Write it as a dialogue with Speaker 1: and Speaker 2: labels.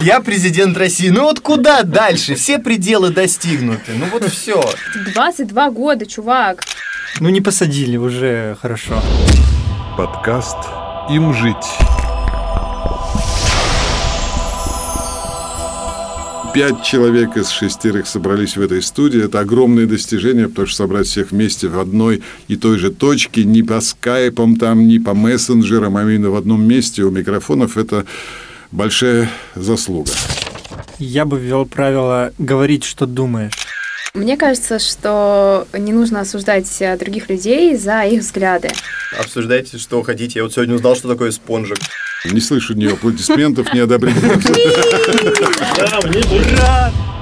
Speaker 1: Я президент России. Ну вот куда дальше? Все пределы достигнуты. Ну вот все.
Speaker 2: 22 года, чувак.
Speaker 3: Ну не посадили, уже хорошо.
Speaker 4: Подкаст «Им жить». Пять человек из шестерых собрались в этой студии. Это огромное достижение, потому что собрать всех вместе в одной и той же точке, не по скайпам там, не по мессенджерам, а именно в одном месте у микрофонов, это большая заслуга.
Speaker 3: Я бы ввел правило говорить, что думаешь.
Speaker 2: Мне кажется, что не нужно осуждать э, других людей за их взгляды.
Speaker 1: Обсуждайте, что хотите. Я вот сегодня узнал, что такое спонжик.
Speaker 4: Не слышу ни аплодисментов, ни одобрения.
Speaker 5: Да, мне тоже.